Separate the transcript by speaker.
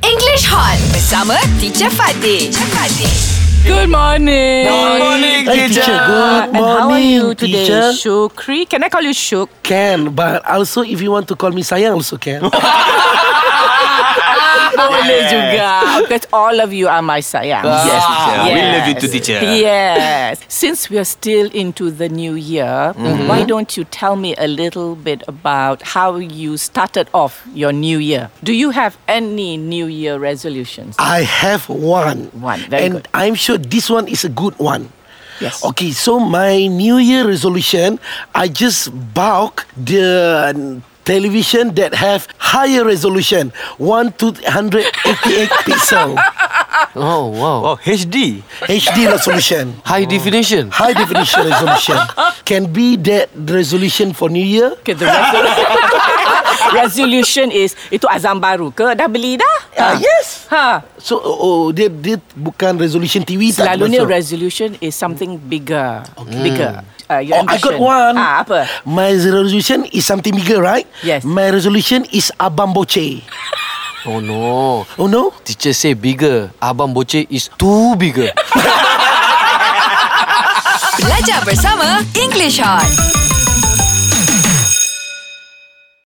Speaker 1: English Hot bersama Teacher Fatih. Teacher Fatih.
Speaker 2: Good morning.
Speaker 3: Good morning,
Speaker 4: Hey,
Speaker 3: teacher.
Speaker 4: teacher.
Speaker 2: Uh,
Speaker 4: Good
Speaker 2: and how are
Speaker 4: morning,
Speaker 2: you today,
Speaker 4: teacher.
Speaker 2: Shukri? Can I call you Shuk?
Speaker 4: Can, but also if you want to call me sayang, also can.
Speaker 2: Boleh juga. Because all of you are my sayang.
Speaker 3: Yes, teacher. We
Speaker 2: Yes.
Speaker 3: love you too, teacher.
Speaker 2: Yes. Since we are still into the new year,
Speaker 3: Mm-hmm.
Speaker 2: why don't you tell me a little bit about how you started off your new year? Do you have any new year resolutions?
Speaker 3: Ah.
Speaker 4: I have one.
Speaker 2: One, very
Speaker 4: and
Speaker 2: good.
Speaker 4: I'm sure this one is a good one.
Speaker 2: Yes.
Speaker 4: Okay, so my New Year resolution, I just bulk the television that have higher resolution, one to 188 pixel
Speaker 5: Oh wow.
Speaker 3: Oh, HD.
Speaker 4: HD resolution.
Speaker 5: High definition.
Speaker 4: High definition resolution can be that resolution for New Year.
Speaker 2: Okay, the resol- resolution is itu azam baru ke? Dah beli dah?
Speaker 4: Ah, yes.
Speaker 2: Ha.
Speaker 4: So oh, dia dia bukan resolution TV tak
Speaker 2: Selalunya
Speaker 4: masuk.
Speaker 2: resolution is something bigger. Okay. Bigger. Uh, your
Speaker 4: Oh, I got
Speaker 2: ambition.
Speaker 4: one.
Speaker 2: Ah, apa?
Speaker 4: My resolution is something bigger, right?
Speaker 2: Yes.
Speaker 4: My resolution is abang boce.
Speaker 5: Oh no.
Speaker 4: Oh no?
Speaker 5: Teacher say bigger. Abang Boce is too bigger.
Speaker 1: Belajar bersama English Hot.